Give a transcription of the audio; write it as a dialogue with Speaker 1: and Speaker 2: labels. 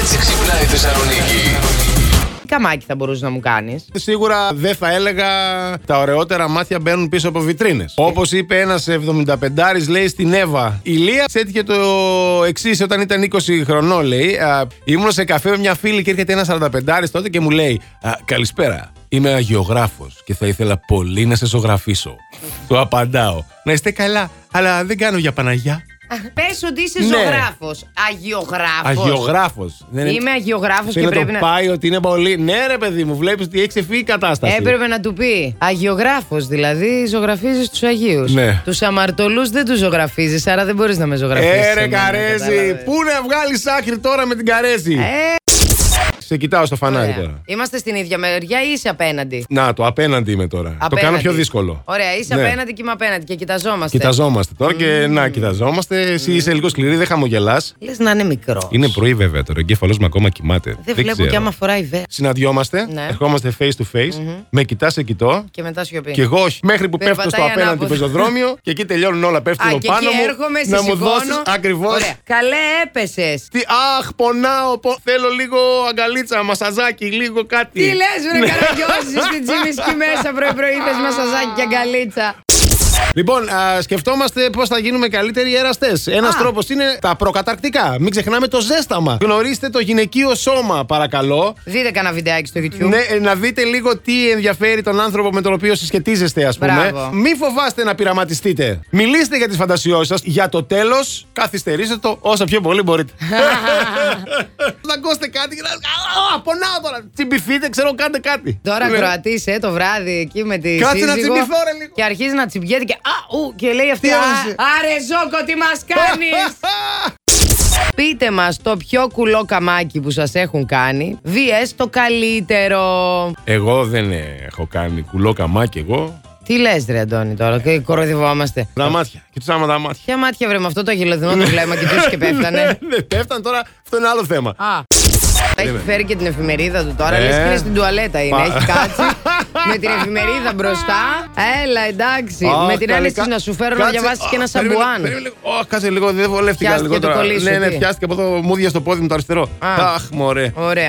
Speaker 1: έτσι ξυπνάει η Θεσσαλονίκη.
Speaker 2: Καμάκι θα μπορούσε να μου κάνεις.
Speaker 3: Σίγουρα δεν θα έλεγα τα ωραιότερα μάτια μπαίνουν πίσω από βιτρίνες. Όπως είπε ένας 75 λέει στην Εύα. Η Λία έτυχε το εξής όταν ήταν 20 χρονών, λέει. Α, ήμουν σε καφέ με μια φίλη και έρχεται ένας 45 τότε και μου λέει «Α, Καλησπέρα. Είμαι αγιογράφος και θα ήθελα πολύ να σε ζωγραφίσω. Του απαντάω. Να είστε καλά, αλλά δεν κάνω για Παναγιά.
Speaker 2: Πες ότι είσαι
Speaker 3: Ναι.
Speaker 2: ζωγράφος. Αγιογράφος.
Speaker 3: Αγιογράφος.
Speaker 2: Είμαι αγιογράφος και
Speaker 3: Θέλω να
Speaker 2: πρέπει
Speaker 3: το
Speaker 2: να.
Speaker 3: πάει ότι είναι πολύ. Ναι, ρε παιδί μου, βλέπεις ότι έχει ξεφύγει η κατάσταση.
Speaker 2: Έπρεπε να του πει. Αγιογράφος, δηλαδή ζωγραφίζεις τους Αγίους.
Speaker 3: Ναι.
Speaker 2: Τους αμαρτωλούς δεν τους ζωγραφίζεις, άρα δεν μπορείς να με Ναι, ζωγραφίσει.
Speaker 3: Έρε Ε, Καρέζη, πού να βγάλεις άκρη τώρα με την Καρέζη.
Speaker 2: Ε.
Speaker 3: Σε κοιτάω στο φανάρι τώρα.
Speaker 2: Είμαστε στην ίδια μεριά ή είσαι απέναντι.
Speaker 3: Να το, απέναντι είμαι τώρα. Το
Speaker 2: Απέναντι.
Speaker 3: κάνω πιο δύσκολο.
Speaker 2: Ωραία, είσαι
Speaker 3: Ναι.
Speaker 2: απέναντι και είμαι απέναντι και κοιταζόμαστε.
Speaker 3: Κοιταζόμαστε τώρα και να κοιταζόμαστε. Εσύ είσαι λίγο σκληρή, δεν χαμογελάς.
Speaker 2: Λες να είναι μικρός.
Speaker 3: Είναι πρωί βέβαια τώρα, ο εγκέφαλός μου ακόμα κοιμάται.
Speaker 2: Δεν βλέπω κι άμα φοράει βέ.
Speaker 3: Συναντιόμαστε,
Speaker 2: Ναι.
Speaker 3: ερχόμαστε face to face, με κοιτάς, σε κοιτώ.
Speaker 2: Και μετά σιωπή.
Speaker 3: Και εγώ όχι. Μέχρι που πέφτω στο
Speaker 2: Περπατάει
Speaker 3: απέναντι
Speaker 2: ανάποδα.
Speaker 3: πεζοδρόμιο και εκεί τελειώνουν όλα. Πέφτουν
Speaker 2: Α,
Speaker 3: πάνω
Speaker 2: και εκεί έρχομαι,
Speaker 3: μου.
Speaker 2: σε
Speaker 3: Να μου
Speaker 2: σηκώνω.
Speaker 3: δώσεις ακριβώς.
Speaker 2: Ωραία. Καλέ, έπεσες.
Speaker 3: Τι, αχ, πονάω, πο... θέλω λίγο αγκαλίτσα, μασαζάκι, λίγο κάτι.
Speaker 2: Τι λες, ρε καραγκιόζη στην τσιμισκή μέσα πρωί-πρωί, θες μασαζάκι και αγκαλίτσα.
Speaker 3: Λοιπόν, α, σκεφτόμαστε πώς θα γίνουμε καλύτεροι εραστέ. Ένας
Speaker 2: Α.
Speaker 3: τρόπος είναι τα προκαταρκτικά. Μην ξεχνάμε το ζέσταμα. Γνωρίστε το γυναικείο σώμα, παρακαλώ.
Speaker 2: Δείτε κανένα βιντεάκι στο YouTube.
Speaker 3: Ναι, ε, να δείτε λίγο τι ενδιαφέρει τον άνθρωπο με τον οποίο συσχετίζεστε, ας πούμε.
Speaker 2: Μπράβο.
Speaker 3: Μην φοβάστε να πειραματιστείτε. Μιλήστε για τις φαντασιώσεις σας. Για το τέλος, καθυστερήστε το όσο πιο πολύ μπορείτε. να ακούσετε κάτι και να. Α, πονάω τώρα. Τσιμπηθείτε, ξέρω, κάντε κάτι.
Speaker 2: Τώρα
Speaker 3: Ναι.
Speaker 2: κροατήσε το βράδυ εκεί με τη
Speaker 3: Κάτσε να
Speaker 2: σύζυγο
Speaker 3: τσιμπηθώ, ρε, λίγο.
Speaker 2: Και αρχίζει να τσιμπιέται και α, ου, και λέει αυτή
Speaker 3: Τι
Speaker 2: «Α,
Speaker 3: άρεσε».
Speaker 2: Άρε Ζόκο τι μας κάνεις Πείτε μας το πιο κουλό καμάκι που σας έχουν κάνει VS το καλύτερο
Speaker 3: Εγώ δεν έχω κάνει κουλό καμάκι εγώ.
Speaker 2: Τι λες ρε Αντώνη τώρα και κοροϊδευόμαστε
Speaker 3: Τα μάτια. Κοιτούσαμε τα μάτια.
Speaker 2: Ποια μάτια βρε με αυτό το γελοδινό το βλέμμα και τους και πέφτανε
Speaker 3: Δεν πέφταν τώρα, αυτό είναι άλλο θέμα.
Speaker 2: Α. Έχει φέρει και την εφημερίδα του τώρα.
Speaker 3: Ε.
Speaker 2: Λες και είναι στην τουαλέτα είναι.
Speaker 3: Πα-
Speaker 2: Έχει κάτσει με την εφημερίδα μπροστά. Έλα, εντάξει.
Speaker 3: Αχ,
Speaker 2: με την
Speaker 3: καλέ,
Speaker 2: άνεση
Speaker 3: κα-
Speaker 2: να σου φέρω να
Speaker 3: κάτσε,
Speaker 2: διαβάσεις και
Speaker 3: α,
Speaker 2: ένα
Speaker 3: περίμενε,
Speaker 2: σαμπουάν.
Speaker 3: περίμενε λίγο. Ω, κάτσε λίγο, δεν βολεύτηκα
Speaker 2: Πιάστηκε
Speaker 3: λίγο
Speaker 2: το
Speaker 3: τώρα.
Speaker 2: κολλή σου,
Speaker 3: Ναι, ναι,
Speaker 2: τι?
Speaker 3: πιάστηκε από εδώ, μου διάστηκε το πόδι μου το αριστερό.
Speaker 2: Α.
Speaker 3: Αχ, μωρέ.
Speaker 2: Ωραία.